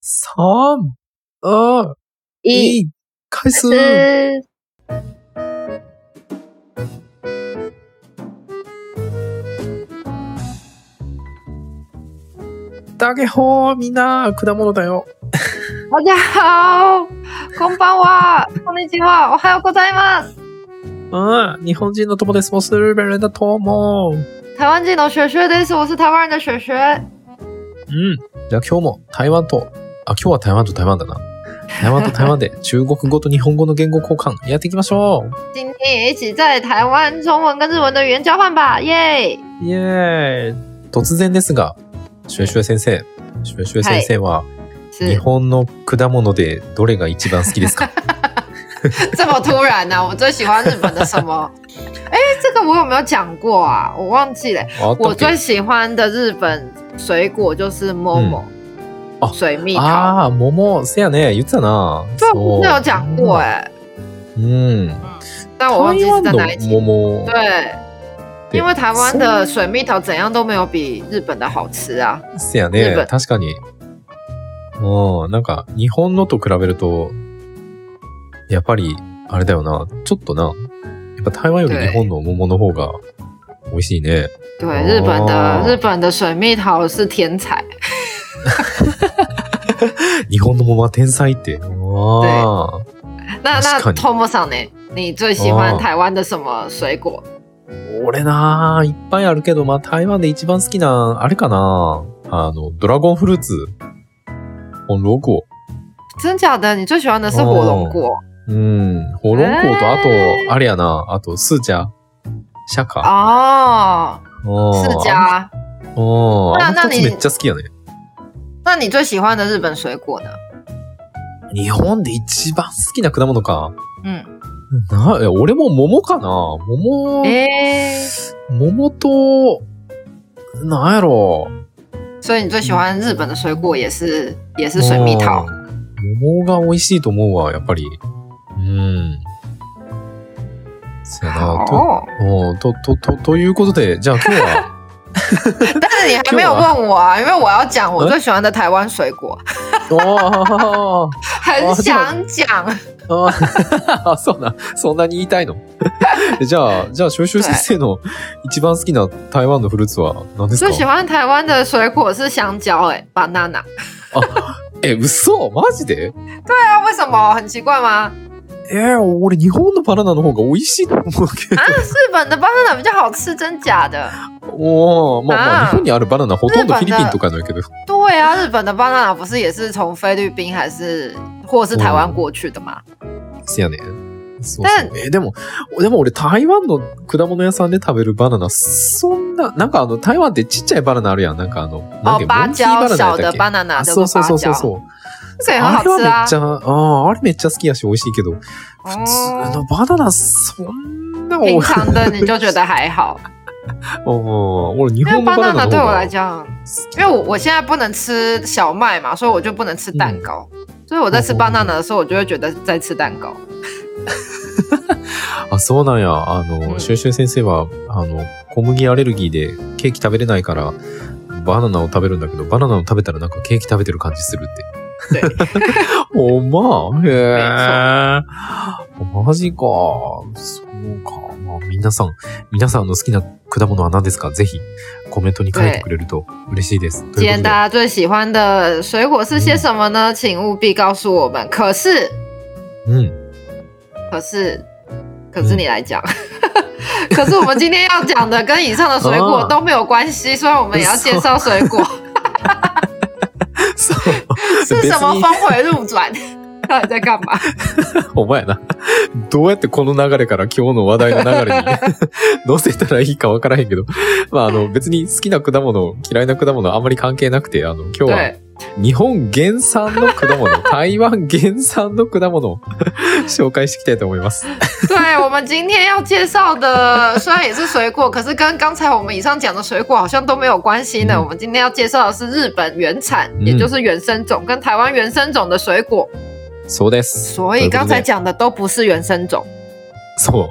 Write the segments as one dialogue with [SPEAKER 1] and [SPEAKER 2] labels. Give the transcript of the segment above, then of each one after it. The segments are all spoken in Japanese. [SPEAKER 1] 三、二、
[SPEAKER 2] 一、
[SPEAKER 1] 一、开始。
[SPEAKER 2] 四。
[SPEAKER 1] 大家好、みんな、果物だよ。
[SPEAKER 2] 大家好，啊こんばんは、こんにちは、おはようございます。
[SPEAKER 1] 嗯，日本人の友です。我是日本人的友。
[SPEAKER 2] 台湾人の雪雪です。我是台湾人的雪雪。
[SPEAKER 1] 嗯，じゃあ今日も台湾と、あ、今日は台湾と台湾だな。台湾と台 湾で中国語と日本語の言語交換やっていきましょ
[SPEAKER 2] 今天也一起在台湾中文跟日文的语言交换吧，耶！
[SPEAKER 1] う。イエーイ。突然ですが、シュエシュエ先生、シュエシュエ先生は、日
[SPEAKER 2] 是
[SPEAKER 1] 本の果物でどれが一番好きです か
[SPEAKER 2] 这么突然呢、我最喜欢日本的什么？哎，这个我有没有讲过啊？我忘记了。
[SPEAKER 1] あけ
[SPEAKER 2] 我最喜欢的日本水果就是某某、
[SPEAKER 1] 哦
[SPEAKER 2] 水蜜桃。
[SPEAKER 1] ああ、桃、せやね、言ってたな。
[SPEAKER 2] 这我不是有讲过哎、
[SPEAKER 1] うん。
[SPEAKER 2] 但我忘
[SPEAKER 1] 台
[SPEAKER 2] 记是
[SPEAKER 1] 湾
[SPEAKER 2] 在哪一
[SPEAKER 1] の
[SPEAKER 2] 期。
[SPEAKER 1] 桃。
[SPEAKER 2] 对，
[SPEAKER 1] 对
[SPEAKER 2] 因为台湾的水蜜桃怎样都没有比日本的好吃啊。
[SPEAKER 1] せやね
[SPEAKER 2] 日本、
[SPEAKER 1] 確かに。うん、なんか、日本のと比べると、やっぱり、あれだよな、ちょっとな、やっぱ台湾より日本の桃の方が美味しいね。
[SPEAKER 2] 对
[SPEAKER 1] 哦，
[SPEAKER 2] 日本的日本的水蜜桃是天才，
[SPEAKER 1] 日本の桃は天才って。ああ。
[SPEAKER 2] 那那
[SPEAKER 1] 確かに
[SPEAKER 2] Tom 上呢？你最喜
[SPEAKER 1] 哦
[SPEAKER 2] 欢台湾的什么水果？
[SPEAKER 1] 俺なあ、いっぱいあるけど、まあ、台湾で一番好きな、あれかな。あの、ドラゴンフルーツ。本ロゴ。哦
[SPEAKER 2] 真假的？你最喜欢的是火龙果
[SPEAKER 1] うん。ホロンコウと、あ
[SPEAKER 2] えー
[SPEAKER 1] と、あれやな、あと、スージャー。シャカ。
[SPEAKER 2] 哦，
[SPEAKER 1] うん
[SPEAKER 2] 释迦。
[SPEAKER 1] おー、
[SPEAKER 2] な
[SPEAKER 1] あの
[SPEAKER 2] な
[SPEAKER 1] 二つ
[SPEAKER 2] に
[SPEAKER 1] めっちゃ好きやね。
[SPEAKER 2] 那你最喜欢的日本水果呢？
[SPEAKER 1] 日本で一番好きな果物か。
[SPEAKER 2] 嗯，
[SPEAKER 1] な、え俺も桃かな。桃、
[SPEAKER 2] 诶、
[SPEAKER 1] 桃と、なんやろ。
[SPEAKER 2] 所以你最喜欢日本的水果也是也是水蜜桃
[SPEAKER 1] う。ん。桃が美味しいと思うわ、やっぱり。うん。そやな。と、
[SPEAKER 2] 哦，
[SPEAKER 1] うんと、と、と、ということで、じゃあ今日 は、
[SPEAKER 2] 但是你还没有
[SPEAKER 1] 就我啊
[SPEAKER 2] 问我啊，因为我要讲我
[SPEAKER 1] 嗯
[SPEAKER 2] 最喜欢的台湾水果。
[SPEAKER 1] おー
[SPEAKER 2] 很想讲，
[SPEAKER 1] あー あ、そうな、そんなに言いたいの じゃあ、じゃあ、シュウシュウ先生の一番好きな台湾のフルーツは何です
[SPEAKER 2] 最喜
[SPEAKER 1] か
[SPEAKER 2] 欢台湾的水果是香蕉、欸，哎，banana。
[SPEAKER 1] え、嘘マジで
[SPEAKER 2] 那为什么很奇怪 吗？
[SPEAKER 1] えー俺日本のバナナの方が美味しいと思うけど
[SPEAKER 2] 啊，日本的 banana 比较好吃，真假的？。
[SPEAKER 1] おーまあまあ、
[SPEAKER 2] あー
[SPEAKER 1] 日本にあるバナナほとんどフ
[SPEAKER 2] 日
[SPEAKER 1] ィ
[SPEAKER 2] 本
[SPEAKER 1] リ
[SPEAKER 2] だ
[SPEAKER 1] ピンとかのやけど。
[SPEAKER 2] 对啊，日本的 banana 不是也是从菲律宾还是或者是台湾过去的吗？
[SPEAKER 1] せやねん。そうそう。えーでも、でも俺台湾の果物屋さんで食べるバナナ、そんな、なんかあの、台湾ってちっちゃいバナナあるやん。なんかあの、なん
[SPEAKER 2] 哦
[SPEAKER 1] てい，うの
[SPEAKER 2] 芭
[SPEAKER 1] モンキー
[SPEAKER 2] 蕉啊
[SPEAKER 1] バナナやっ
[SPEAKER 2] 小
[SPEAKER 1] た
[SPEAKER 2] 的
[SPEAKER 1] っけ
[SPEAKER 2] banana
[SPEAKER 1] あそうそうそうそ
[SPEAKER 2] 对不对？芭
[SPEAKER 1] う
[SPEAKER 2] 蕉
[SPEAKER 1] そう。
[SPEAKER 2] 这个也很好
[SPEAKER 1] あれは
[SPEAKER 2] 吃
[SPEAKER 1] め
[SPEAKER 2] 啊
[SPEAKER 1] っち。ゃ、ああ、あれめっちゃ好きやし美味しいけど、 普通
[SPEAKER 2] 哦
[SPEAKER 1] のバナナそんな
[SPEAKER 2] 平常的 你就觉得还好，
[SPEAKER 1] お俺日
[SPEAKER 2] 因为
[SPEAKER 1] 本のバナ
[SPEAKER 2] banana
[SPEAKER 1] ナの
[SPEAKER 2] 对
[SPEAKER 1] 方
[SPEAKER 2] 我
[SPEAKER 1] が好
[SPEAKER 2] 来讲，
[SPEAKER 1] き
[SPEAKER 2] 因为我我现在不能吃小麦嘛，所以我就不能吃蛋糕。所以我在吃
[SPEAKER 1] 哦
[SPEAKER 2] banana 的时候，我就会觉得在吃蛋糕。
[SPEAKER 1] あ、そうなんや。あ
[SPEAKER 2] う
[SPEAKER 1] の、
[SPEAKER 2] ん
[SPEAKER 1] シュウシュウ先生は、あの、小麦アレルギーでケーキ食べれないから、バナナを食べるんだけど、バナナを食べたらなんかケーキ食べてる感じするって。 おまへえ。マジか。そうか。まあ、皆さん、皆さんの好きな果物は何ですかぜひ、コメントに書いてくれると嬉しいです。と
[SPEAKER 2] 今
[SPEAKER 1] いうことで
[SPEAKER 2] 天大家最喜欢的水果是些什么
[SPEAKER 1] 嗯
[SPEAKER 2] 呢？请务必告诉我们。可是，
[SPEAKER 1] うん。
[SPEAKER 2] 可是，可是你来讲。可是我们今天要讲的跟以上的水果
[SPEAKER 1] 嗯 哦
[SPEAKER 2] 都没有关系，虽然我们也要介绍水 果
[SPEAKER 1] そう。
[SPEAKER 2] 是什么
[SPEAKER 1] 別に
[SPEAKER 2] 峰回路 转，到底在干嘛？
[SPEAKER 1] お前な。どうやってこの流れから今日の話題の流れに 乗せたらいいかわからへんけど。まあ、あの、別に好きな果物、嫌いな果物あんまり関係なくて、あの、今日は
[SPEAKER 2] 对，
[SPEAKER 1] 日本原産の果物、台湾原産の果物を 紹介していきたいと思います。
[SPEAKER 2] 对我们今天要介绍的虽然也是水果，可是跟刚才我们以上讲的水果好像都没有关系呢。
[SPEAKER 1] 嗯
[SPEAKER 2] 我们今天要介绍的是日本原产，
[SPEAKER 1] 嗯
[SPEAKER 2] 也就是原生种跟台湾原生种的水果。
[SPEAKER 1] そうです。
[SPEAKER 2] 所以刚才讲的都不是原生种，
[SPEAKER 1] そう。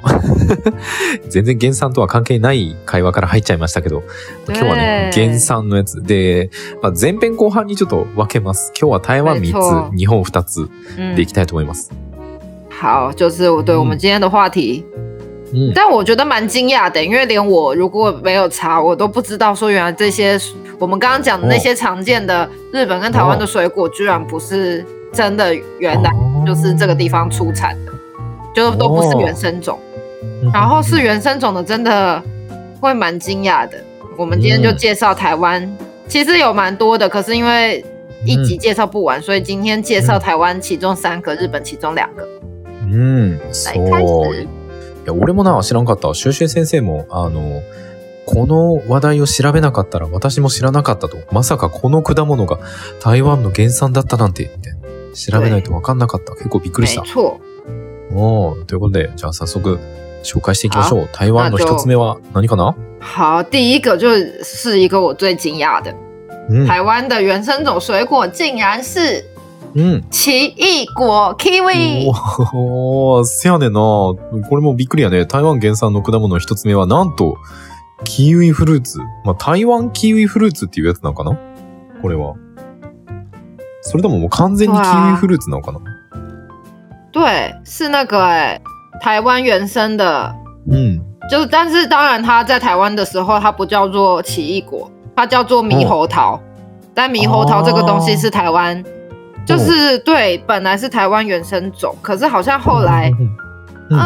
[SPEAKER 1] 全然減産とは関係ない会話から入っちゃいましたけど、今日はね、
[SPEAKER 2] ねえ
[SPEAKER 1] 減産のやつ。で、まあ、前編後半にちょっと分けます。今日は台湾
[SPEAKER 2] 没错
[SPEAKER 1] 3つ、日本2つ
[SPEAKER 2] 嗯
[SPEAKER 1] でいきたいと思います。
[SPEAKER 2] 好，就是我对我们今天的话题，
[SPEAKER 1] うん。
[SPEAKER 2] 但我觉得蛮惊讶的，因为连我如果没有查，我都不知道说原来这些我们刚刚讲的那些常见的日本跟台湾的水果，居然不是真的原
[SPEAKER 1] 哦
[SPEAKER 2] 来就是这个地方出产的，就都不是原生种。
[SPEAKER 1] うん
[SPEAKER 2] 然后是原生种的，真的会蛮惊讶的。我们今天就介绍台湾，其实有蛮多的，可是因为一集
[SPEAKER 1] 嗯
[SPEAKER 2] 介绍不完，所以今天介绍台湾其中三个，日本其中两个。
[SPEAKER 1] うん、そ
[SPEAKER 2] 来
[SPEAKER 1] う。
[SPEAKER 2] 开
[SPEAKER 1] い
[SPEAKER 2] 始。
[SPEAKER 1] や、俺もな、知らんかった。修習先生も、あの、この話題を調べなかったら私も知らなかったと。まさかこの果物が台湾の原産だったなんて、みたいな。調べないとわかんなかった。結構びっく
[SPEAKER 2] 没
[SPEAKER 1] りした。
[SPEAKER 2] 错，
[SPEAKER 1] おーということで、じゃあ早速紹介していきましょう。台湾の一つ目は何かな
[SPEAKER 2] 好，第一个就是一个我最惊讶的，
[SPEAKER 1] うん。
[SPEAKER 2] 台湾的原生种水果竟然是
[SPEAKER 1] うん。
[SPEAKER 2] 奇异果 kiwi。
[SPEAKER 1] おー、せやねんな。これもびっくりやね。台湾原産の果物の一つ目は、なんと、キウイフルーツ。まあ、台湾キウイフルーツっていうやつなのかなこれは。それとももう完全にキウイフルーツなのかな
[SPEAKER 2] 对，是那个哎、台湾原生的
[SPEAKER 1] うん。
[SPEAKER 2] 就是，但是当然，它在台湾的时候，它不叫做奇异果，它叫做猕猴桃。但猕猴桃这个东西是台湾，就是、对，本来是台湾原生种，可是好像后来，
[SPEAKER 1] 嗯
[SPEAKER 2] 嗯、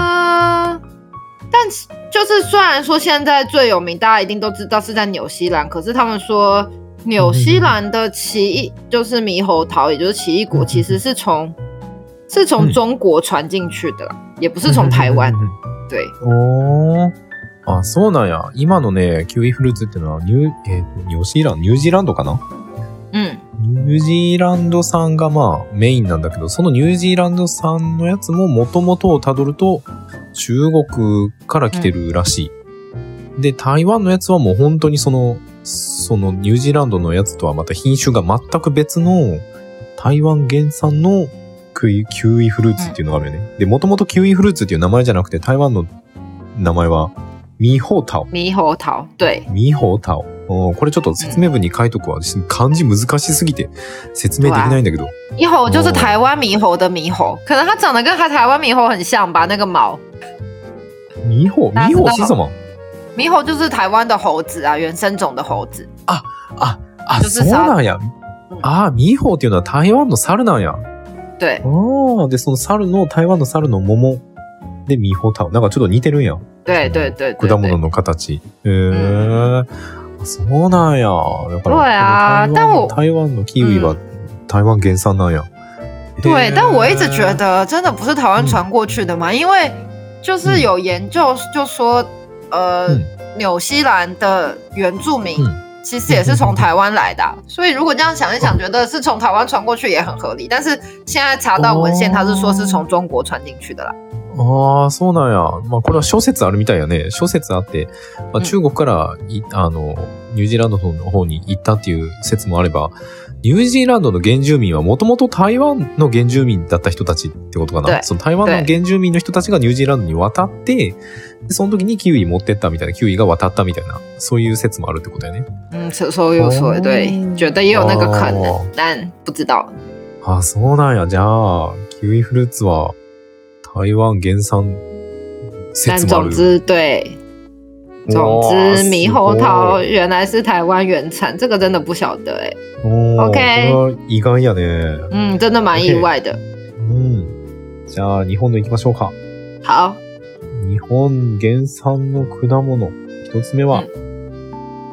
[SPEAKER 2] 但是就是虽然说现在最有名，大家一定都知道是在纽西兰，可是他们说纽西兰的奇异就是猕猴桃，也就是奇异果，
[SPEAKER 1] 嗯
[SPEAKER 2] 其实是从是从
[SPEAKER 1] 嗯
[SPEAKER 2] 中国传进去的啦，也不是从台湾，对。
[SPEAKER 1] おー。あ、そうなんや。今のね、キウイフルーツってのは、ニュー、えっ、と、ニュージーランド、ニュージーランドかな
[SPEAKER 2] 嗯，
[SPEAKER 1] ニュージーランド産がまあメインなんだけど、そのニュージーランド産のやつも元々をたどると中国から来てるらしい。で、台湾のやつはもう本当にその、そのニュージーランドのやつとはまた品種が全く別の台湾原産のキウイキウイフルーツっていうのがあるよね。で、元々キウイフルーツっていう名前じゃなくて台湾の名前はミホータオ。
[SPEAKER 2] 猕猴桃，对，
[SPEAKER 1] ミホタオ。おーこれちょっと説明文に書いとくわ。漢字難しすぎて説明できないんだけど。
[SPEAKER 2] 猕猴就是台湾猕猴的猕猴，可能它长得跟它台湾猕猴很像吧，那个毛。
[SPEAKER 1] ミホ、
[SPEAKER 2] あ
[SPEAKER 1] ミホ是什么
[SPEAKER 2] 猕猴就是台湾的猴子啊，原生种的猴子。
[SPEAKER 1] あ、
[SPEAKER 2] ちょっと
[SPEAKER 1] そ
[SPEAKER 2] さ
[SPEAKER 1] うなんや。あー、ミホっていうのは台湾の猿なんや。
[SPEAKER 2] 对
[SPEAKER 1] あー、で、その猿の、台湾の猿の桃。で、ミホタオ。なんかちょっと似てるんや。
[SPEAKER 2] 对对对对
[SPEAKER 1] 果物
[SPEAKER 2] 对。
[SPEAKER 1] の形。へー。あそうなんや。だから、
[SPEAKER 2] そうや
[SPEAKER 1] この台
[SPEAKER 2] で
[SPEAKER 1] 湾台湾
[SPEAKER 2] も
[SPEAKER 1] のキウイは
[SPEAKER 2] うん
[SPEAKER 1] 台湾原産なんや。へ
[SPEAKER 2] 对
[SPEAKER 1] ー，
[SPEAKER 2] 但我一直
[SPEAKER 1] 嗯
[SPEAKER 2] 觉得真的不是台湾传过去的嘛，因为就是有研究就说，呃
[SPEAKER 1] 嗯，
[SPEAKER 2] 纽西兰的原住民
[SPEAKER 1] 嗯哦
[SPEAKER 2] 其实也是从台湾来的啊、所以如果这样想一想，觉得是从台湾传过去也很合理。但是现在查到文献，它是说是从中国传进去的啦。
[SPEAKER 1] ああ、そうなんや。まあ、これは諸説あるみたいやね。諸説あって、まあ、
[SPEAKER 2] うん
[SPEAKER 1] 中国からい、あの、ニュージーランドの方に行ったっていう説もあれば、ニュージーランドの原住民はもともと台湾の原住民だった人たちってことかな。
[SPEAKER 2] 对
[SPEAKER 1] その台湾の
[SPEAKER 2] 对
[SPEAKER 1] 原住民の人たちがニュージーランドに渡って、でその時にキウイ持ってったみたいな、キウイが渡ったみたいな、そういう説もあるってことやね。
[SPEAKER 2] 嗯，所所有所谓对，觉得也有那个可
[SPEAKER 1] 哦
[SPEAKER 2] 能，但不知道。
[SPEAKER 1] ああ、そうなんや。じゃあ、キウイフルーツは台湾原産
[SPEAKER 2] 但
[SPEAKER 1] 説もあ
[SPEAKER 2] 总
[SPEAKER 1] る。
[SPEAKER 2] 之，对，总
[SPEAKER 1] わあ
[SPEAKER 2] 之，猕猴桃原来是台湾原产，这个真的不晓得哎、
[SPEAKER 1] おー
[SPEAKER 2] OK
[SPEAKER 1] これは意外やね。
[SPEAKER 2] 嗯，真的蛮意外的。
[SPEAKER 1] うん。じゃあ、日本の行きましょうか。
[SPEAKER 2] 好，
[SPEAKER 1] 日本原産の果物。一つ目は、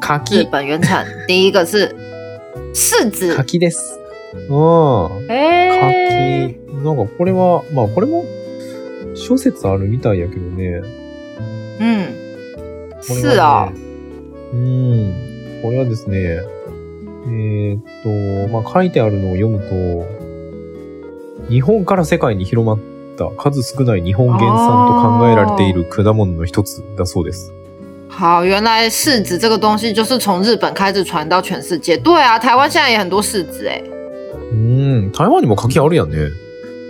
[SPEAKER 2] 日
[SPEAKER 1] 柿。
[SPEAKER 2] 本原产第一个是柿子，
[SPEAKER 1] 柿です。うん。
[SPEAKER 2] 哎、
[SPEAKER 1] 柿。なんかこれは、まあこれも、諸説あるみたいやけどね。
[SPEAKER 2] 嗯，
[SPEAKER 1] これはね
[SPEAKER 2] 是哦，
[SPEAKER 1] うん。これはですね、えーっと、まあ書いてあるのを読むと、日本から世界に広まった数少ない日本原産と考えられている果物の一つだそうです。
[SPEAKER 2] 好，原来柿子这个东西就是从日本开始传到全世界。对啊，台湾现在也很多柿子哎、
[SPEAKER 1] うん、台湾にも柿あるやんね。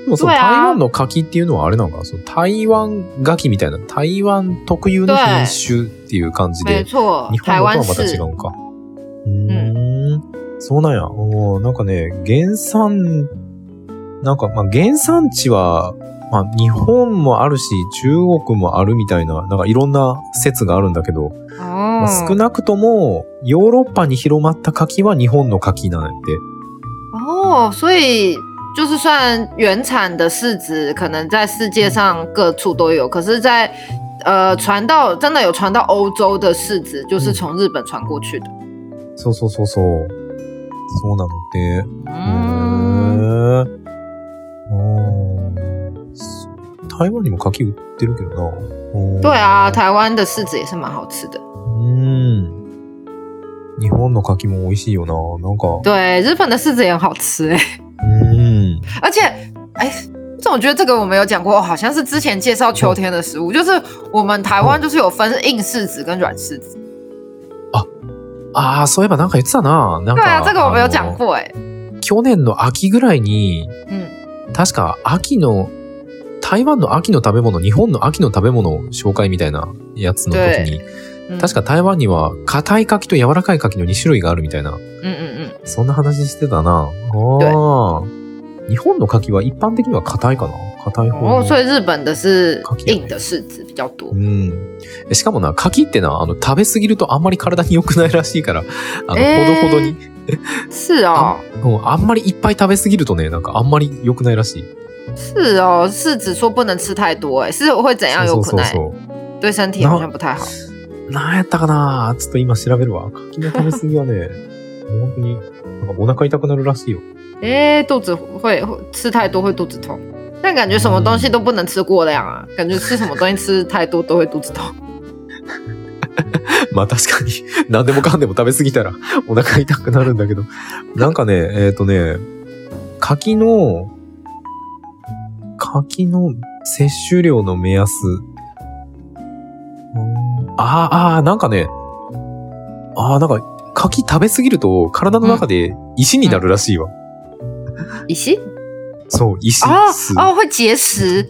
[SPEAKER 1] もその
[SPEAKER 2] 对啊
[SPEAKER 1] 台湾の柿っていうのはあれなのかなその台湾柿みたいな、台湾特有の品種っていう感じ
[SPEAKER 2] 没
[SPEAKER 1] で、
[SPEAKER 2] 错
[SPEAKER 1] 日，本
[SPEAKER 2] 台
[SPEAKER 1] のとは
[SPEAKER 2] 湾
[SPEAKER 1] また違
[SPEAKER 2] 是
[SPEAKER 1] う。んか。うーん。そうなんや。おーなんかね、原産、なんか、まあ、原産地は、まあ、日本もあるし、中国もあるみたいな、なんかいろんな説があるんだけど、ま
[SPEAKER 2] 哦
[SPEAKER 1] あ、少なくとも、ヨーロッパに広まった柿は日本の柿なんやって。
[SPEAKER 2] 哦，所以就是虽然原产的市值可能在世界上各处都有，可是在，呃传到真的有传到欧洲的市值，就是从日本传过去的。
[SPEAKER 1] そうそうそうそう。そうなので。へ
[SPEAKER 2] 嗯，
[SPEAKER 1] ーうんそう台湾にも柿売ってるけどな。うん
[SPEAKER 2] 对啊，台湾的柿子也是蛮好吃的。
[SPEAKER 1] うん。日本の柿も美味しいよな。なんか。
[SPEAKER 2] 对，日本的柿子也很好吃哎、
[SPEAKER 1] うん。
[SPEAKER 2] 而且哎。这我觉得这个我们有讲过，哦好像是之前介绍秋天的食物，就是我们台湾就是有分硬柿子跟软柿子。
[SPEAKER 1] ああ、そういえばなんか言ってたな。なん
[SPEAKER 2] 对啊
[SPEAKER 1] か。，
[SPEAKER 2] 这个我们有讲
[SPEAKER 1] あの
[SPEAKER 2] 过哎、
[SPEAKER 1] 去年の秋ぐらいに、
[SPEAKER 2] 嗯，
[SPEAKER 1] 確か秋の、台湾の秋の食べ物、日本の秋の食べ物紹介みたいなやつの時に、
[SPEAKER 2] 嗯
[SPEAKER 1] 確か台湾には硬い柿と柔らかい柿の2種類があるみたいな、
[SPEAKER 2] 嗯嗯嗯，
[SPEAKER 1] そんな話してたな。ああ。日本の柿は一般的には硬いかな硬い方
[SPEAKER 2] 哦，所以日本的是
[SPEAKER 1] 柿也没
[SPEAKER 2] 硬的柿子比较多
[SPEAKER 1] う。ん。しかもな、柿ってな、あの、食べ過ぎるとあんまり体に良くないらしいから、あの、
[SPEAKER 2] えー
[SPEAKER 1] ほどほどに、
[SPEAKER 2] 是哦，
[SPEAKER 1] うん。あんまりいっぱい食べ過ぎるとね、なんかあんまり良くないらしい。
[SPEAKER 2] 是哦，柿子说不能吃太多，哎，是会怎样？有可能哎
[SPEAKER 1] う。
[SPEAKER 2] 对身体
[SPEAKER 1] 然后
[SPEAKER 2] 好像不太好。
[SPEAKER 1] なんやったかなちょっと今調べるわ。柿の食べ過ぎはね、 もう本当に、なんかお腹痛くなるらしいよ。
[SPEAKER 2] 哎，肚子会会吃太多会肚子痛，但感觉什么东西都不能吃过量
[SPEAKER 1] 嗯
[SPEAKER 2] 啊，感觉吃什么东西吃太多都会肚子痛。
[SPEAKER 1] まあ確かに、 何でもかんでも食べ過ぎたらお腹痛くなるんだけど。なんかね、えっ、とね、柿の、柿の摂取量の目安。うんあーあー、なんかね、ああ、なんか柿食べ過ぎると体の中で石になるらしいわ。
[SPEAKER 2] 乙烯
[SPEAKER 1] そう、石。
[SPEAKER 2] 哦
[SPEAKER 1] す
[SPEAKER 2] 哦会结石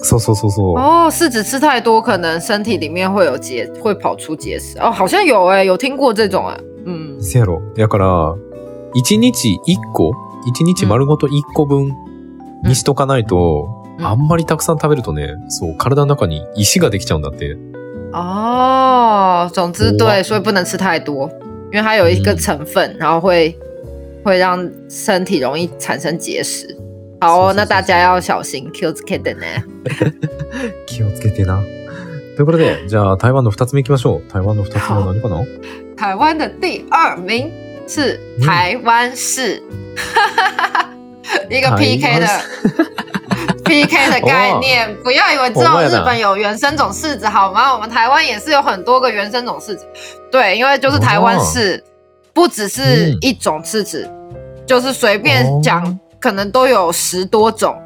[SPEAKER 1] そうそうそうそう。
[SPEAKER 2] 哦，柿子吃太多可能身体里面会有结，会跑出结石哦，好像有哎，有听过这种哎，嗯
[SPEAKER 1] せやろ。やから、一日一個、一日丸ごと一個分にしとかないと、
[SPEAKER 2] うん
[SPEAKER 1] あんまりたくさん食べるとね、そう、体の中に石ができちゃうんだって。
[SPEAKER 2] 哦，总之
[SPEAKER 1] 哇
[SPEAKER 2] 对，所以不能吃太多，因为它有一个
[SPEAKER 1] 嗯
[SPEAKER 2] 成分，然后会会让身体容易产生结石。好、
[SPEAKER 1] 是
[SPEAKER 2] 哦
[SPEAKER 1] 是，
[SPEAKER 2] 那
[SPEAKER 1] 是
[SPEAKER 2] 大家
[SPEAKER 1] 是
[SPEAKER 2] 要小心 Q s k i d 呢。
[SPEAKER 1] 気をつけてな。ということで、じゃあ台湾の二つ目行きましょう。台湾の二つ目は何かな
[SPEAKER 2] 台湾的第二名是
[SPEAKER 1] 嗯
[SPEAKER 2] 台湾市， 一个
[SPEAKER 1] 台
[SPEAKER 2] PK 的
[SPEAKER 1] 湾 哦
[SPEAKER 2] PK 的概念。不要以为只有
[SPEAKER 1] 我也
[SPEAKER 2] 日
[SPEAKER 1] 的
[SPEAKER 2] 本有原生种柿子好吗？我们台湾也是有很多个原生种柿子。对，因为就是台湾柿，
[SPEAKER 1] 哦
[SPEAKER 2] 不只是一种柿子，就是随便
[SPEAKER 1] 嗯哦
[SPEAKER 2] 讲，可能都有十多种，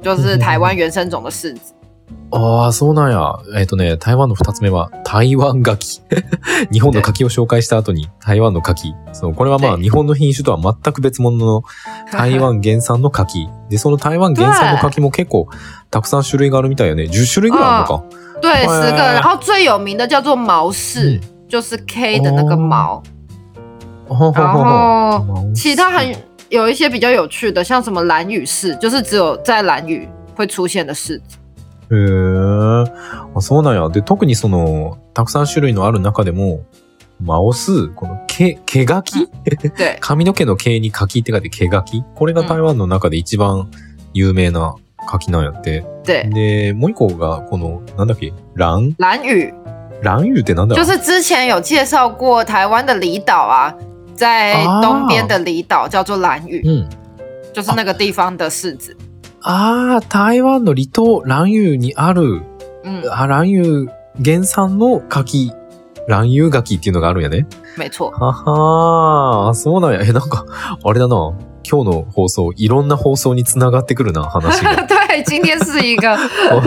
[SPEAKER 2] 就是台湾原生种的柿子。
[SPEAKER 1] ああ、そうなんや。えっ、とね、台湾の二つ目は、台湾柿。 日本の柿を紹介した後に、台湾の柿。そう、これはまあ、
[SPEAKER 2] 对
[SPEAKER 1] 日本の品種とは全く別物の台湾原産の柿。で、その台湾原産の柿も結構、たくさん種類があるみたいよね。10種類ぐらいあるのか。
[SPEAKER 2] 对，
[SPEAKER 1] 哇
[SPEAKER 2] 十个。然后最有名的叫做毛柿
[SPEAKER 1] 嗯，
[SPEAKER 2] 就是 K 的那个
[SPEAKER 1] 哦
[SPEAKER 2] 毛。
[SPEAKER 1] ほうほう
[SPEAKER 2] 然
[SPEAKER 1] ほうほ
[SPEAKER 2] 后
[SPEAKER 1] う
[SPEAKER 2] 其他很有一些比较有趣的，像什么蓝雨柿，就是只有在蓝雨会出现的柿子。
[SPEAKER 1] へーあそうなんや。で、特にその、たくさん種類のある中でも、マオス、この毛、毛柿
[SPEAKER 2] 对
[SPEAKER 1] 髪の毛の毛に柿って書いて毛柿これが台湾の中で一番有名な柿なんやって。
[SPEAKER 2] 对，
[SPEAKER 1] で、もう一個が、この、なんだっけ、蘭
[SPEAKER 2] 蓝雨
[SPEAKER 1] 蘭油ってなんだろ
[SPEAKER 2] 就
[SPEAKER 1] う
[SPEAKER 2] 是之前有介绍过台湾的离岛啊，在
[SPEAKER 1] 啊嗯
[SPEAKER 2] 东边的离岛叫做蓝雨，
[SPEAKER 1] うん。
[SPEAKER 2] 就是那个地方的柿子。
[SPEAKER 1] あー、台湾の離島、蘭油にある、
[SPEAKER 2] 嗯，
[SPEAKER 1] あ、蘭油原産の柿、蘭油柿っていうのがあるんやね。
[SPEAKER 2] 没错。
[SPEAKER 1] ははー、そうなんや。え、なんか、あれだな。今日の放送、いろんな放送につながってくるな、話 が。
[SPEAKER 2] 对，今天是一个，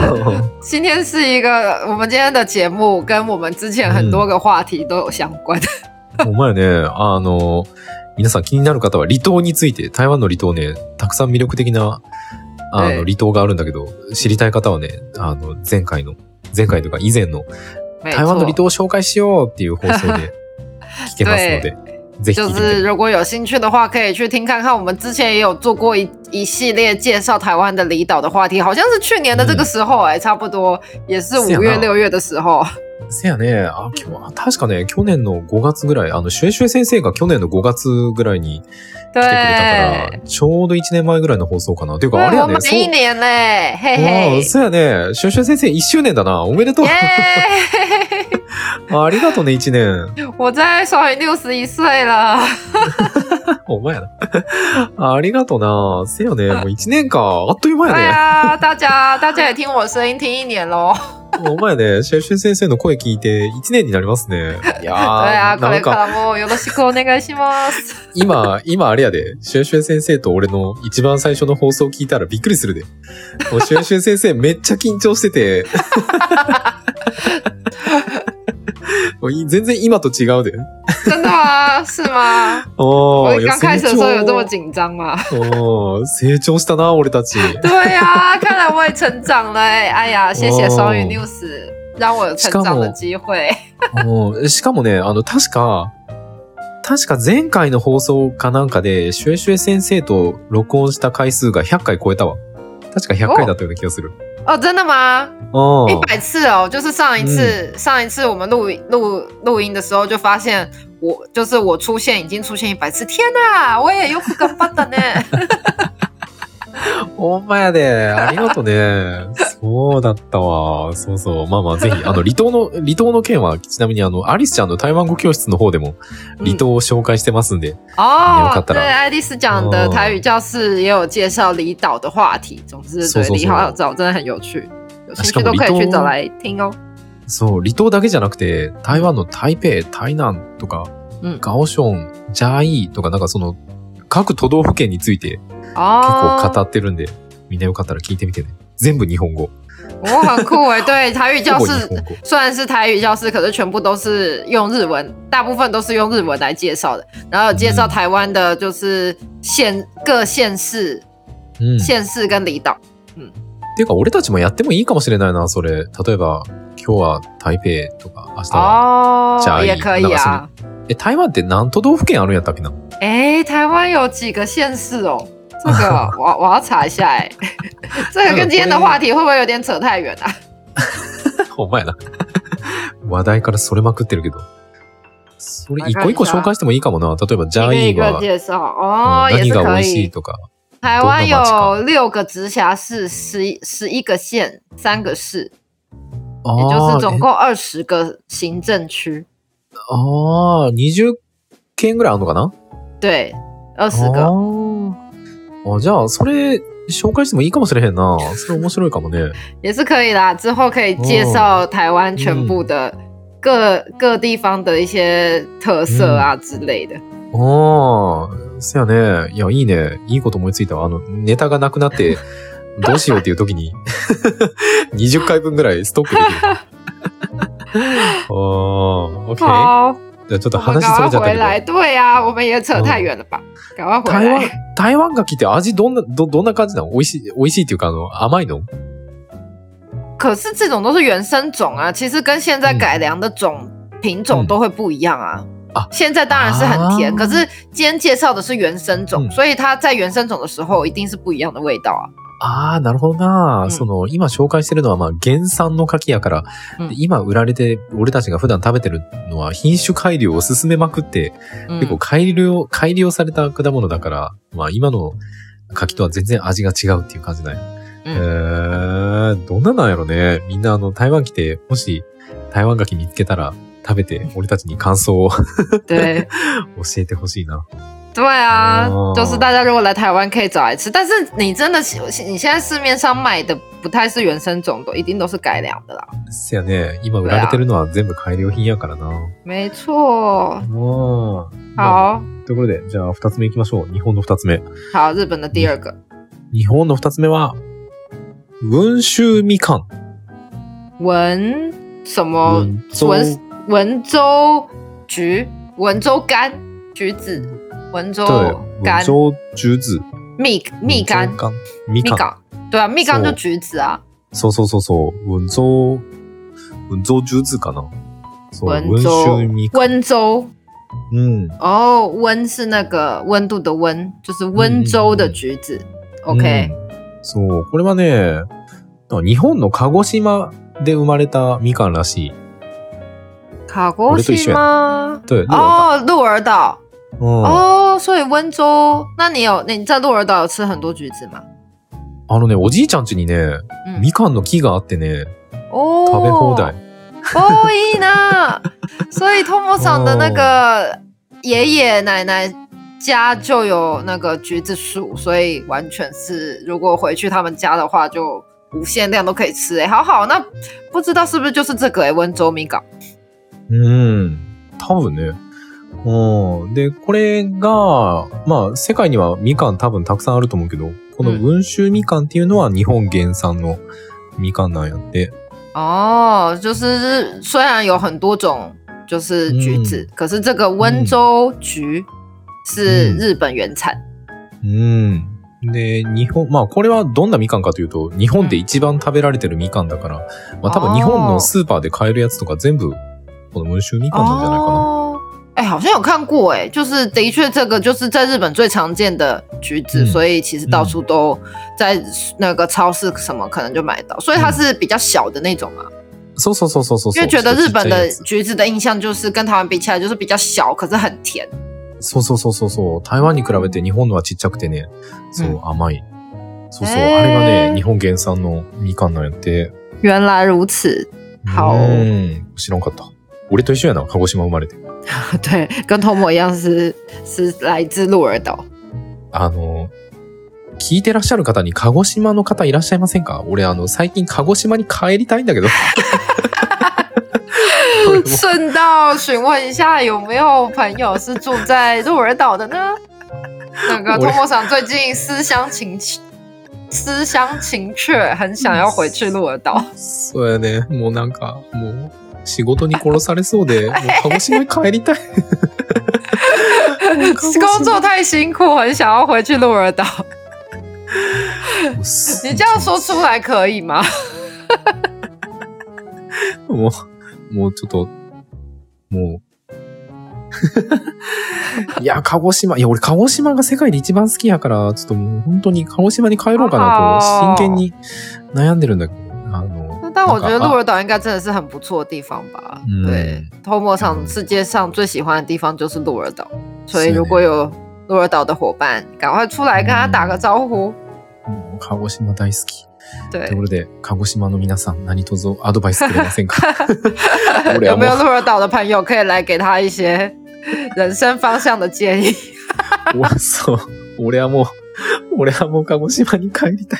[SPEAKER 2] 今天是一个，我们今天的节目跟我们之前
[SPEAKER 1] 嗯
[SPEAKER 2] 很多个话题都有相关。
[SPEAKER 1] お前ね、あの、皆さん気になる方は離島について、台湾の離島ね、たくさん魅力的なあ
[SPEAKER 2] え
[SPEAKER 1] の、
[SPEAKER 2] え
[SPEAKER 1] 離島があるんだけど、知りたい方はね、あの、前回の、前回とか以前の
[SPEAKER 2] 没
[SPEAKER 1] 台湾の
[SPEAKER 2] 错
[SPEAKER 1] 離島を紹介しようっていう放送で聞けます ので、ぜひ聞
[SPEAKER 2] 就
[SPEAKER 1] いてみて。
[SPEAKER 2] 是如果有兴趣的话，可以去听看看。我们之前也有做过一一系列介绍台湾的离岛的话题，好像是去年的这个时候、哎、差不多也 是
[SPEAKER 1] 是啊
[SPEAKER 2] 五月六月的时候。
[SPEAKER 1] せやね、あ、今日、確かね、去年の5月ぐらい、あの、シュエシュエ先生が去年の5月ぐらいに来て
[SPEAKER 2] 对
[SPEAKER 1] くれたから、ちょうど1年前ぐらいの放送かな。というか、あれ
[SPEAKER 2] 对，
[SPEAKER 1] や
[SPEAKER 2] 我
[SPEAKER 1] ね、
[SPEAKER 2] 们
[SPEAKER 1] そう
[SPEAKER 2] 一。年嘞、嘿
[SPEAKER 1] あ
[SPEAKER 2] 嘿
[SPEAKER 1] あ、。そうやね。シュエシュエ先生1周年だな。おめでとう。
[SPEAKER 2] 耶！
[SPEAKER 1] ありがとうね、1年。
[SPEAKER 2] 我在双鱼六十一岁了，
[SPEAKER 1] お前やな。 ありがとうな。せやね。もう1年か。あっという間
[SPEAKER 2] 对
[SPEAKER 1] や
[SPEAKER 2] 啊，大家大家也听我声音听一年喽。
[SPEAKER 1] ね。お前やね。シュエシュエ先生の声聞いて1年になりますね。いやー、
[SPEAKER 2] 对啊，こ
[SPEAKER 1] な
[SPEAKER 2] れ
[SPEAKER 1] ん
[SPEAKER 2] か
[SPEAKER 1] か、
[SPEAKER 2] らもよろしくお願いします。
[SPEAKER 1] 今、今あれやで。シュエシュエ先生と俺の一番最初の放送聞いたらびっくりするで。もうシュエシュエ先生 めっちゃ緊張してて。もうい全然今と違うで。
[SPEAKER 2] 真的吗？是 吗？
[SPEAKER 1] お
[SPEAKER 2] 我
[SPEAKER 1] ー、いや
[SPEAKER 2] 刚开始的时哦候有这么
[SPEAKER 1] 成長
[SPEAKER 2] 紧张吗？
[SPEAKER 1] おー成長したな、俺たち。
[SPEAKER 2] 对呀、看来我也成长了、欸。哎
[SPEAKER 1] 哦
[SPEAKER 2] 呀，谢谢双语 news，、让我有成长的机会。
[SPEAKER 1] うんしかもね、あの、確か、確か前回の放送かなんかで、シュエシュエ先生と録音した回数が100回超えたわ。確か100回だったような気がする。
[SPEAKER 2] 哦，真的吗？
[SPEAKER 1] あ
[SPEAKER 2] 一百次哦，就是上一
[SPEAKER 1] 嗯
[SPEAKER 2] 次，上一次我们录音录录音的时候就发现我就是我出现已经出现一百次，天哪，我也有く頑張った ね。
[SPEAKER 1] あ、ほんまやで。ありがとう ね。そうだったわ。そうそう。まあまあ、ぜひ、あの、離島の、離島の件は、ちなみにあの、アリスちゃんの台湾語教室の方でも、離島を紹介してますんで。你有
[SPEAKER 2] 嗯哦
[SPEAKER 1] 看，到
[SPEAKER 2] 对，爱丽丝讲的
[SPEAKER 1] 哦
[SPEAKER 2] 台语教室也有介绍离岛的话题，总之
[SPEAKER 1] 搜
[SPEAKER 2] 对
[SPEAKER 1] 搜
[SPEAKER 2] 离
[SPEAKER 1] 搜
[SPEAKER 2] 岛真的很有趣，有兴
[SPEAKER 1] しか
[SPEAKER 2] 趣
[SPEAKER 1] も
[SPEAKER 2] 都可以
[SPEAKER 1] 离
[SPEAKER 2] 去
[SPEAKER 1] 島
[SPEAKER 2] 找来听哦。
[SPEAKER 1] そう、離島だけじゃなくて、台湾の台北、台南とか、
[SPEAKER 2] うん
[SPEAKER 1] ガオション、ジャイとか、なんかその、各都道府県について結
[SPEAKER 2] 哦，
[SPEAKER 1] 構語ってるんで、みんなよかったら聞いてみてね。全部日本語。
[SPEAKER 2] 我很酷哎，对，台语 教
[SPEAKER 1] ほぼ
[SPEAKER 2] 室
[SPEAKER 1] 日本語。
[SPEAKER 2] 虽然是台语教室，可是全部都是用日文，大部分都是用日文来介绍的。然后有介绍台湾的，就是县各县市、
[SPEAKER 1] うん。っ
[SPEAKER 2] 县市跟离岛。
[SPEAKER 1] ていうか、俺たちもやってもいいかもしれないな、それ。例えば、今日は台北とか、明日は。
[SPEAKER 2] 哦
[SPEAKER 1] 嘉，义
[SPEAKER 2] 也可以啊。
[SPEAKER 1] え、台湾って何都道府県あるんやったっ けな
[SPEAKER 2] 哎，台湾有几个县市哦？这 个我我要查一下哎， 这个跟今天的话题会不会有点扯太远啊？
[SPEAKER 1] お前な。話題からそれまくってるけど。それ一個一個紹介してもいいかもな。例えば、ジャ
[SPEAKER 2] 一
[SPEAKER 1] イ
[SPEAKER 2] 个一个
[SPEAKER 1] は、
[SPEAKER 2] 介绍哦，
[SPEAKER 1] うん
[SPEAKER 2] 也
[SPEAKER 1] 何
[SPEAKER 2] 是
[SPEAKER 1] が美
[SPEAKER 2] 可
[SPEAKER 1] 味しい
[SPEAKER 2] 以。
[SPEAKER 1] とか。
[SPEAKER 2] 台湾
[SPEAKER 1] 多么
[SPEAKER 2] 有六个直辖市，十十一个县，三个市。
[SPEAKER 1] あ
[SPEAKER 2] 也就
[SPEAKER 1] あ
[SPEAKER 2] 是总共二十个行政区，
[SPEAKER 1] ああ、20件ぐらいあるのかな
[SPEAKER 2] 对，二十
[SPEAKER 1] あ
[SPEAKER 2] 个。
[SPEAKER 1] ーあ。じゃあ、それ、紹介してもいいかもしれへんな。それ面白いかもね。
[SPEAKER 2] 也是可以啦。之后可以
[SPEAKER 1] 哦
[SPEAKER 2] 介绍台
[SPEAKER 1] 嗯
[SPEAKER 2] 湾全部的各、各地方的一些特色
[SPEAKER 1] 嗯
[SPEAKER 2] 啊之类的。
[SPEAKER 1] ああ、そやね。いや、いいね。いいこと思いついたわ。あの、ネタがなくな って、どうしようっていう時に、20回分ぐらいストックでき る。ああ、OK。じゃ
[SPEAKER 2] 好，
[SPEAKER 1] あちょっと
[SPEAKER 2] 我们
[SPEAKER 1] 話
[SPEAKER 2] 赶
[SPEAKER 1] そ
[SPEAKER 2] 快
[SPEAKER 1] れちゃった
[SPEAKER 2] 回来。
[SPEAKER 1] けど。
[SPEAKER 2] 对呀、啊，我们也扯太远了吧？赶快回
[SPEAKER 1] 哦台湾
[SPEAKER 2] 来。，
[SPEAKER 1] 台湾牡蠣って味どんな、ど、どんな感じなの美味しい、美味しいっていうか、あの、甘いの
[SPEAKER 2] 可是这种都是原生种啊，其实跟
[SPEAKER 1] 嗯
[SPEAKER 2] 现在改良的种、品种都会不一样啊。
[SPEAKER 1] 啊
[SPEAKER 2] 现在当然是很甜，
[SPEAKER 1] 啊
[SPEAKER 2] 可是今天介绍的是原生种，
[SPEAKER 1] 嗯
[SPEAKER 2] 所以它在原生种的时候一定是不一样的味道啊。
[SPEAKER 1] ああ、なるほどな、
[SPEAKER 2] うん
[SPEAKER 1] その、今紹介してるのは、まあ、原産の牡蠣やから、
[SPEAKER 2] うん
[SPEAKER 1] で今売られて、俺たちが普段食べてるのは、品種改良を進めまくって、
[SPEAKER 2] 嗯
[SPEAKER 1] 結構改良、改良された果物だから、まあ、今の牡蠣とは全然味が違うっていう感じだよ。
[SPEAKER 2] う
[SPEAKER 1] え
[SPEAKER 2] ん
[SPEAKER 1] ー、どんななんやろね。みんな、あの、台湾来て、もし、台湾牡蠣見つけたら、食べて、俺たちに感想を 教
[SPEAKER 2] 对
[SPEAKER 1] えてほしいな。
[SPEAKER 2] 对啊，
[SPEAKER 1] 哦
[SPEAKER 2] 就是大家如果来台湾可以找来吃，但是你真的喜你现在市面上卖的不太是原生种的，一定都是改良的啦。
[SPEAKER 1] せやね、今売られてるのは全部改良品やからな。
[SPEAKER 2] 没错，
[SPEAKER 1] もうまあ
[SPEAKER 2] 好
[SPEAKER 1] ということで、じゃあ二つ目行きましょう。日本の二つ目。
[SPEAKER 2] 好，日本的第二个
[SPEAKER 1] 日本の二つ目は、文州みかん。
[SPEAKER 2] 文什么
[SPEAKER 1] 文州
[SPEAKER 2] 文文州橘文州柑橘子文州
[SPEAKER 1] 对、文
[SPEAKER 2] 柑
[SPEAKER 1] 州橘子。
[SPEAKER 2] 蜜蜜柑
[SPEAKER 1] 文州柑。み哦
[SPEAKER 2] 蜜
[SPEAKER 1] かん。
[SPEAKER 2] 柑对啊，蜜柑就橘子啊，
[SPEAKER 1] そうそうそうそう。文州、文州橘子かなそう、
[SPEAKER 2] 温州
[SPEAKER 1] 州蜜。
[SPEAKER 2] 温州
[SPEAKER 1] うん。
[SPEAKER 2] 哦，温是那个温度的温，就是温州的橘子。OK，、
[SPEAKER 1] 嗯うんそう、これはね、日本の鹿児島で生まれたみかんらしい。
[SPEAKER 2] 卡国西吗？
[SPEAKER 1] 对，鹿儿
[SPEAKER 2] 哦，鹿儿岛、
[SPEAKER 1] 岛うん、
[SPEAKER 2] 哦，所以温州，那你有你在鹿儿岛有吃很多橘子吗？
[SPEAKER 1] あのね、おじいちゃん家にね、
[SPEAKER 2] 嗯，
[SPEAKER 1] みかんの木があってね、
[SPEAKER 2] 哦，
[SPEAKER 1] 食べ放題。
[SPEAKER 2] 哦，いいな。所以通莫厂的那个爷爷奶奶家就有那个橘子树，所以完全是如果回去他们家的话，就无限量都可以吃、哎，好好，那不知道是不是就是这个哎、温州米糕。
[SPEAKER 1] うん。多分ね。うん。で、これが、まあ、世界にはみかん多分たくさんあると思うけど、この
[SPEAKER 2] うん
[SPEAKER 1] 温州みかんっていうのは日本原産のみかんなんやって。
[SPEAKER 2] 哦，就是虽然有很多种就是橘子，可是这个温州橘是
[SPEAKER 1] 嗯
[SPEAKER 2] 日本原产。
[SPEAKER 1] うん。で、日本、まあ、これはどんなみかんかというと、日本で一番食べられてるみかんだから、まあ、多分日本のスーパーで買えるやつとか全部、この温州みかんなんじゃないかな。
[SPEAKER 2] 哦，哎、好像有看过哎、就是的确这个就是在日本最常见的橘子，
[SPEAKER 1] 嗯
[SPEAKER 2] 所以其实到处都在那个超市什么可能就买到，所以它是比较小的那种嘛。
[SPEAKER 1] そうそうそうそうそうそう。
[SPEAKER 2] 因为觉得日本的
[SPEAKER 1] ちっちゃいやつ
[SPEAKER 2] 橘子的印象就是跟台湾比起来就是比较小，可是很甜。
[SPEAKER 1] そうそうそうそうそう。台湾に比べて日本のはちっちゃくてね、そう、
[SPEAKER 2] うん
[SPEAKER 1] 甘い。そうそう、
[SPEAKER 2] へー
[SPEAKER 1] あれがね、日本原産のみかんなんやって。
[SPEAKER 2] 原来如此，好
[SPEAKER 1] うん、知らんかった。俺と一緒やな、鹿児島生まれて。
[SPEAKER 2] 对，跟头模一样是是来自鹿儿岛。
[SPEAKER 1] あの、聞いてらっしゃる方に鹿児島の方いらっしゃいませんか俺あの、最近鹿児島に帰りたいんだ けど。俺も
[SPEAKER 2] 顺道询问一下，有没有朋友是住在鹿儿岛的呢？那个
[SPEAKER 1] 我
[SPEAKER 2] 托莫赏最近思乡情思乡情怯，很想要回去鹿儿岛。
[SPEAKER 1] そうやね、もうなんか、もう、仕事に殺されそう で、もう鹿児島に帰りたい。
[SPEAKER 2] 工作太辛苦，很想要回去鹿 儿岛。你这样说出来可以吗？
[SPEAKER 1] もう、もうちょっと、 もう。いや、鹿児島、いや、俺、鹿児島が世界で一番好きやから、ちょっともう本当に鹿児島に帰ろうかなと、
[SPEAKER 2] あ
[SPEAKER 1] 真
[SPEAKER 2] ー
[SPEAKER 1] 剣に悩んでるんだけど、あの、
[SPEAKER 2] 但我觉
[SPEAKER 1] なん
[SPEAKER 2] 得
[SPEAKER 1] か
[SPEAKER 2] 鹿儿岛应该真的是很不错的地方吧。
[SPEAKER 1] 嗯
[SPEAKER 2] 对，托莫赏
[SPEAKER 1] 嗯
[SPEAKER 2] 世界上最喜欢的地方就是鹿儿岛，所以
[SPEAKER 1] 是
[SPEAKER 2] 如果有鹿儿岛的伙伴，赶快出来跟他打个招呼。
[SPEAKER 1] もう鹿児島大好き。
[SPEAKER 2] 对
[SPEAKER 1] とこ。ろで、鹿児島の皆さん、何卒アドバイスくれま せんか俺
[SPEAKER 2] 呃有
[SPEAKER 1] はも
[SPEAKER 2] 没有
[SPEAKER 1] う、
[SPEAKER 2] 鹿儿岛的朋友可以来给他一些人生方向的 建议？
[SPEAKER 1] 俺そう、俺はもう、俺はもう鹿児島に帰りた い。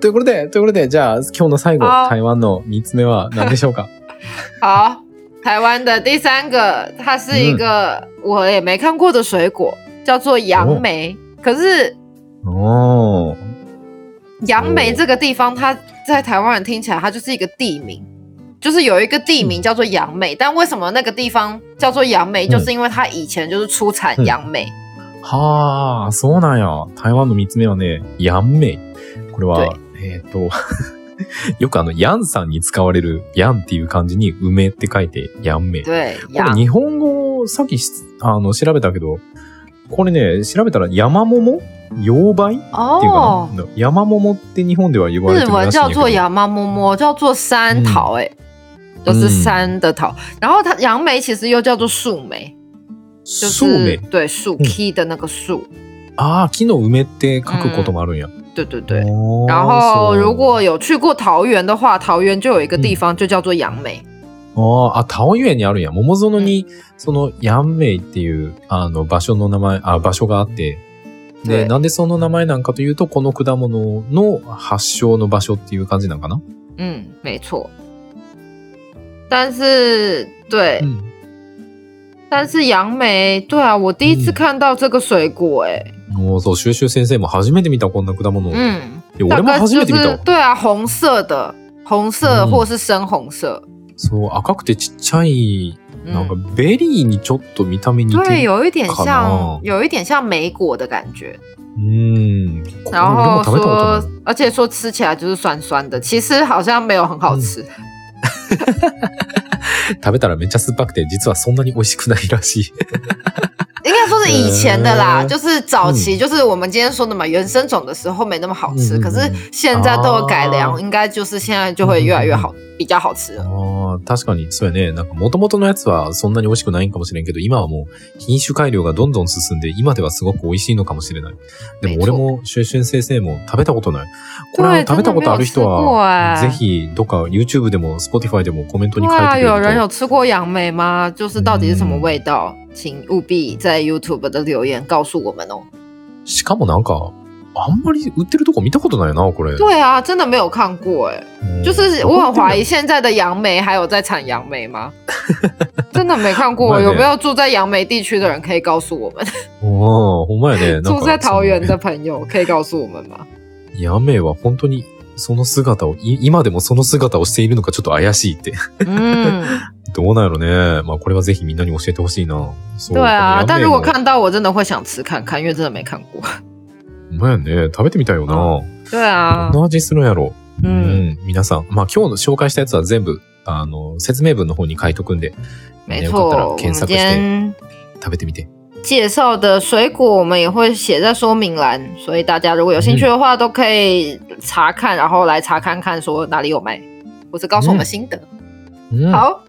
[SPEAKER 1] ということで、ということで、じゃあ、今日の最後、
[SPEAKER 2] あー
[SPEAKER 1] 台湾の3つ目は何でしょうか
[SPEAKER 2] 好，台湾的第三个，它是一
[SPEAKER 1] 嗯
[SPEAKER 2] 个我也没看过的水果，叫做杨梅。可是
[SPEAKER 1] 哦，
[SPEAKER 2] 杨梅这个地方，它在台湾人听起来，它就是一个地名。就是有一个地名叫做杨梅，但为什么那个地方叫做杨梅？
[SPEAKER 1] 嗯
[SPEAKER 2] 就是因为它以前就是出产
[SPEAKER 1] 嗯
[SPEAKER 2] 杨梅，
[SPEAKER 1] はあ、そうなんや。台湾の三つ目はね、ヤンメイ。これは、えっ、と、 よくあの、ヤンさんに使われる、ヤンっていう漢字に梅って書いて、ヤンメイ。こ
[SPEAKER 2] 对，
[SPEAKER 1] れ
[SPEAKER 2] 杨
[SPEAKER 1] 日本語をさっきしあの、調べたけど、これね、調べたら山桃洋梅っていう
[SPEAKER 2] 哦
[SPEAKER 1] かな、山桃って日本では言われ
[SPEAKER 2] 日
[SPEAKER 1] てるらしい
[SPEAKER 2] 文
[SPEAKER 1] んや
[SPEAKER 2] 叫
[SPEAKER 1] け
[SPEAKER 2] 做
[SPEAKER 1] ど。
[SPEAKER 2] 洋妈摸摸，叫做山
[SPEAKER 1] 嗯
[SPEAKER 2] 桃、欸，哎、就是山的桃。然后它杨梅其实又叫做树梅，就
[SPEAKER 1] 素
[SPEAKER 2] 是
[SPEAKER 1] 梅。
[SPEAKER 2] 对树
[SPEAKER 1] 嗯
[SPEAKER 2] key 的那个树，
[SPEAKER 1] ああ、木の梅って書くこともあるんや。
[SPEAKER 2] 对对对。
[SPEAKER 1] おー
[SPEAKER 2] 然后
[SPEAKER 1] そう
[SPEAKER 2] 如果有去过桃园的话，桃园就有一个地方就叫做杨梅，
[SPEAKER 1] ああ、あ、タオユエにあるんや。桃園に、その、ヤンメイっていう、あの、場所の名前、あ、場所があって。
[SPEAKER 2] は
[SPEAKER 1] で、
[SPEAKER 2] い
[SPEAKER 1] なんでその名前なんかというと、この果物の発祥の場所っていう感じなんかな
[SPEAKER 2] 嗯，没错。但是对，
[SPEAKER 1] うん。
[SPEAKER 2] 但是杨梅，对啊，我第一次
[SPEAKER 1] 嗯
[SPEAKER 2] 看到这个水果、欸，哎，
[SPEAKER 1] もうそう、シュシュ先生も初めて見た、こんな果物。いや、
[SPEAKER 2] 嗯。
[SPEAKER 1] 俺
[SPEAKER 2] 大
[SPEAKER 1] も
[SPEAKER 2] 概
[SPEAKER 1] 初
[SPEAKER 2] 就
[SPEAKER 1] めて見た
[SPEAKER 2] 是
[SPEAKER 1] わ。
[SPEAKER 2] 对啊，红色的，红色
[SPEAKER 1] 嗯
[SPEAKER 2] 或是深红色，嗯
[SPEAKER 1] そう、赤くてちっちゃい、なんか、ベリーにちょっと見た目似て
[SPEAKER 2] 对，
[SPEAKER 1] る。
[SPEAKER 2] 有一点
[SPEAKER 1] 可能
[SPEAKER 2] 像，有一点像莓果的感觉。
[SPEAKER 1] うん。
[SPEAKER 2] 然后说，而且说吃起来就是酸酸的，其实好像没有很好吃。
[SPEAKER 1] 食べたらめっちゃ酸っぱくて、実はそんなに美味しくないらしい。
[SPEAKER 2] 应该说是以前的啦，就是早期，就是我们今天说的嘛，原生种的时候没那么好吃，可是现在都有改良，应该就是现在就会越来越好，比较好吃了。
[SPEAKER 1] ああ、確かに、そうやね。なんか、元々のやつはそんなに美味しくないんかもしれんけど、今はもう品種改良がどんどん進んで、今ではすごく美味しいのかもしれない。でも俺も、シュエシュエ先生も食べたことない。これは食べたことある人は、ぜひ、どっか YouTube でも Spotify でもコメントに書いてくれる
[SPEAKER 2] 啊有人有吃过杨梅吗？就是到底是什么味道？请务必在 YouTube 的留言告诉我们哦。
[SPEAKER 1] しかもなんか、あんまり売ってるとこ見たことないな、これ。
[SPEAKER 2] 对啊，真的没有看过哎、就是我很怀疑现在的杨梅还有在产杨梅吗？真的没看过，有没有住在杨梅地区的人可以告诉我们？
[SPEAKER 1] おー、ほんまやね。
[SPEAKER 2] 住在桃园的朋友可以告诉我们 吗？
[SPEAKER 1] ヤメは本当にその姿を、い今でもその姿をしているのかちょっと怪しいって。
[SPEAKER 2] 嗯，
[SPEAKER 1] どうなんやろね。まあこれはぜひみんなに教えてほしいな。そう
[SPEAKER 2] 对啊，但如果
[SPEAKER 1] 看
[SPEAKER 2] 看到我真的会想吃看看，因为真的没看 过。
[SPEAKER 1] ほんまやね。食べてみたいよな。
[SPEAKER 2] 对啊
[SPEAKER 1] どん，な味するんやろ。
[SPEAKER 2] う
[SPEAKER 1] うんん、皆さん。まあ今日の紹介したやつは全部、あの、説明文の方に書いとくんで、
[SPEAKER 2] 没
[SPEAKER 1] よかったら
[SPEAKER 2] 错，我们
[SPEAKER 1] 検
[SPEAKER 2] 今
[SPEAKER 1] 索して
[SPEAKER 2] 天
[SPEAKER 1] 食べてみて。
[SPEAKER 2] 介绍的水果，我们也会写在说明栏，所以大家如果有兴趣的话，都可以查看，然后来查看看说哪里有卖，或是告诉我们心得。
[SPEAKER 1] うん。
[SPEAKER 2] 好，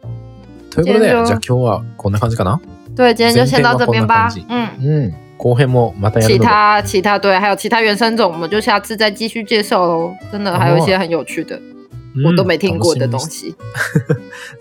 [SPEAKER 1] ということで、
[SPEAKER 2] じ
[SPEAKER 1] じゃ
[SPEAKER 2] ゃあ
[SPEAKER 1] あ今日はこんな感じかな。
[SPEAKER 2] 对，今天就先到这边吧
[SPEAKER 1] 今。
[SPEAKER 2] 嗯，
[SPEAKER 1] うん。後編もまたや
[SPEAKER 2] 其
[SPEAKER 1] るので。
[SPEAKER 2] 他其他对，还有其他原生种，我们就下次再继续介绍喽。真的，还有一些很有趣的，
[SPEAKER 1] うん
[SPEAKER 2] 我都没听过的东。
[SPEAKER 1] 楽しみにし
[SPEAKER 2] 西。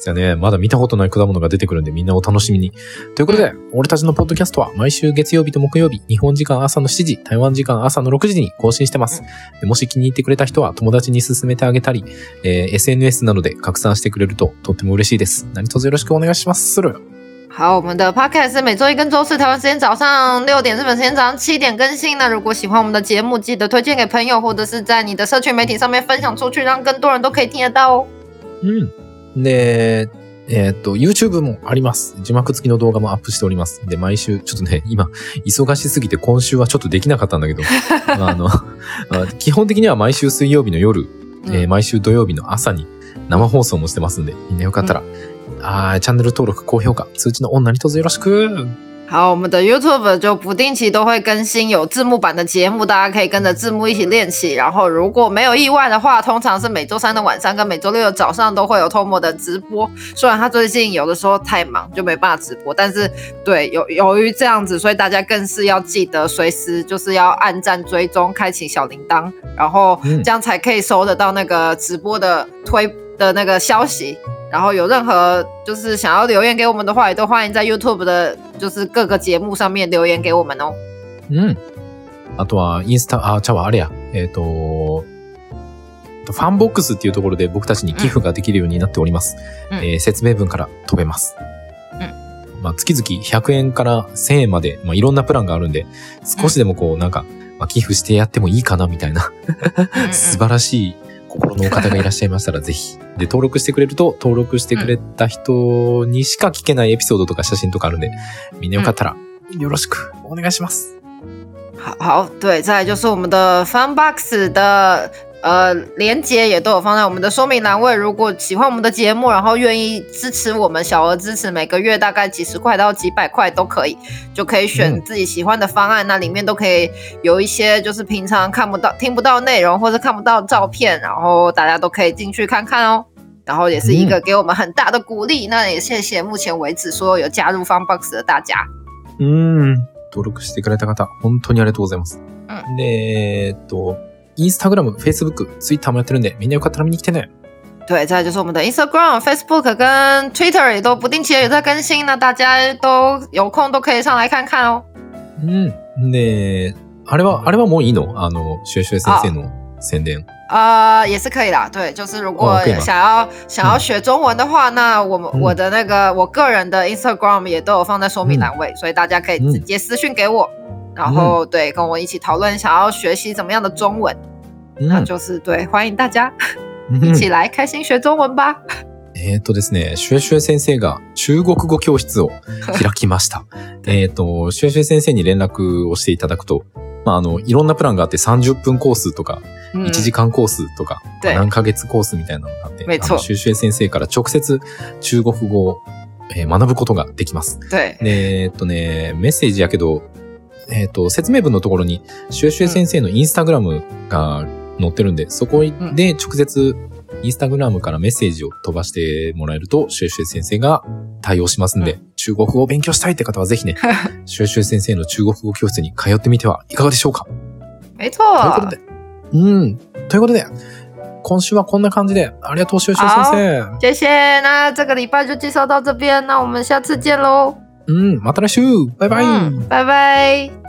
[SPEAKER 1] じゃあね、まだ見たことない果物が出てくるんでみんなお楽しみに。ということで、俺たちのポッドキャストは毎週月曜日と木曜日、日本時間朝の7時、台湾時間朝の6時に更新してます。でもし気に入ってくれた人は友達に勧めてあげたり、えー SNS などで拡散してくれるととっても嬉しいです。何卒よろしくお願いします。する。
[SPEAKER 2] 好，我们的 podcast 是每周一跟周四台湾时间早上六点，日本时间早上七点更新。那如果喜欢我们的节目，记得推荐给朋友，或者是在你的社群媒体上面分享出去，让更多人都可以听得到哦。
[SPEAKER 1] うん。で、えーっと、YouTube もあります。字幕付きの動画もアップしております。で、毎週、ちょっとね、今、忙しすぎて今週はちょっとできなかったんだ けど、あの、基本的には毎週水曜日の夜、
[SPEAKER 2] 嗯
[SPEAKER 1] えー毎週土曜日の朝に生放送もしてますんで、みんなよかったら、あーチャンネル登録、高評価、通知のオン何卒よろしく。
[SPEAKER 2] 好，我们的 YouTube 就不定期都会更新有字幕版的节目，大家可以跟着字幕一起练习。然后如果没有意外的话，通常是每周三的晚上跟每周六的早上都会有 Tomo 的直播。虽然他最近有的时候太忙就没办法直播，但是对由由于这样子，所以大家更是要记得随时就是要按赞追踪，开启小铃铛，然后
[SPEAKER 1] 嗯
[SPEAKER 2] 这样才可以收得到那个直播的推的那个消息。然后有任何就是想要留言给我们的话，也都欢迎在 YouTube 的，就是各个节目上面留言给我们哦。
[SPEAKER 1] うん。あとは、インスタ、あ、ちゃうわ、あれや。えっ、と、ファンボックスっていうところで僕たちに寄付ができるようになっております。
[SPEAKER 2] うん
[SPEAKER 1] えー説明文から飛べます。まあ、月々100円から1000円まで、まあ、いろんなプランがあるんで、少しでもこう、なんか、まあ、寄付してやってもいいかな、みたいな、
[SPEAKER 2] 嗯
[SPEAKER 1] 素晴らしい心のお方がいらっしゃいましたら、ぜひ。で、登録してくれると、登録してくれた人にしか聞けないエピソードとか写真とかあるんで、みんなよかったら、よろしくお願いします。
[SPEAKER 2] 好好，对，再来就是我们的 Fun Box 的呃连接也都有放在我们的说明栏位。如果喜欢我们的节目，然后愿意支持我们，小额支持，每个月大概几十块到几百块都可以，就可以选
[SPEAKER 1] 嗯
[SPEAKER 2] 自己喜欢的方案。那里面都可以有一些就是平常看不到、听不到内容或者看不到照片，然后大家都可以进去看看哦。然后也是一个给我们很大的鼓励。那也谢谢目前为止所有有加入 Fun Box 的大家。
[SPEAKER 1] うん。登録してくれた方、本当にありがとうございます。
[SPEAKER 2] う
[SPEAKER 1] で、えーっと、インスタグラム、フェイスブック、ツイッターもやってるんで、みんなよかったら見に来てね。
[SPEAKER 2] 对，再来就是我们的 Instagram、Facebook 跟 Twitter 也都不定期的有在更新，那大家都有空都可以上来看看哦。
[SPEAKER 1] うん。で、あれは、あれはもういいのあの、シュエシュエ先生の宣伝。
[SPEAKER 2] 呃，也是可以啦。对，就是如果
[SPEAKER 1] 哦可以吗
[SPEAKER 2] 想要、想要学中文的话，那我们、
[SPEAKER 1] 嗯
[SPEAKER 2] 我的那个我个人的 Instagram 也都有放在说明栏位，
[SPEAKER 1] 嗯
[SPEAKER 2] 所以大家可以直接私讯给我，然后对跟我一起讨论想要学习怎么样的中文，
[SPEAKER 1] 嗯
[SPEAKER 2] 那就是对欢迎大家
[SPEAKER 1] うん
[SPEAKER 2] 一起来开心学中文吧。
[SPEAKER 1] えーっとですね、シュエシュエ先生が中国語教室を開きました。えーっと、シュエシュエ先生に連絡をしていただくと、ままあ、あの、いろんなプランがあって30分コースとか、
[SPEAKER 2] 嗯
[SPEAKER 1] 1時間コースとか、
[SPEAKER 2] 对
[SPEAKER 1] 何ヶ月コースみたいなのがあって、
[SPEAKER 2] 没
[SPEAKER 1] あ
[SPEAKER 2] 错
[SPEAKER 1] の、修習先生から直接中国語を、えー学ぶことができます。
[SPEAKER 2] 对
[SPEAKER 1] でえーっとね、メッセージやけど、えーっと、説明文のところに、シュエシュエ先生のインスタグラムが載ってるんで、そこで直接、インスタグラムからメッセージを飛ばしてもらえると、シュエシュエ先生が対応しますんで、
[SPEAKER 2] う
[SPEAKER 1] 中国語を勉強したいって方はぜ ひね、シュエシュエ先生の中国語教室に通ってみてはいかがでしょうかとい
[SPEAKER 2] 没
[SPEAKER 1] うこと
[SPEAKER 2] 错
[SPEAKER 1] で。。うん。ということで、今週はこんな感じで、ありがとう、シュエシュエ先生。
[SPEAKER 2] 谢谢，那这个礼拜就介绍到这边，那我们下次见喽，
[SPEAKER 1] うん、また来週バイバイ、
[SPEAKER 2] 嗯，拜拜。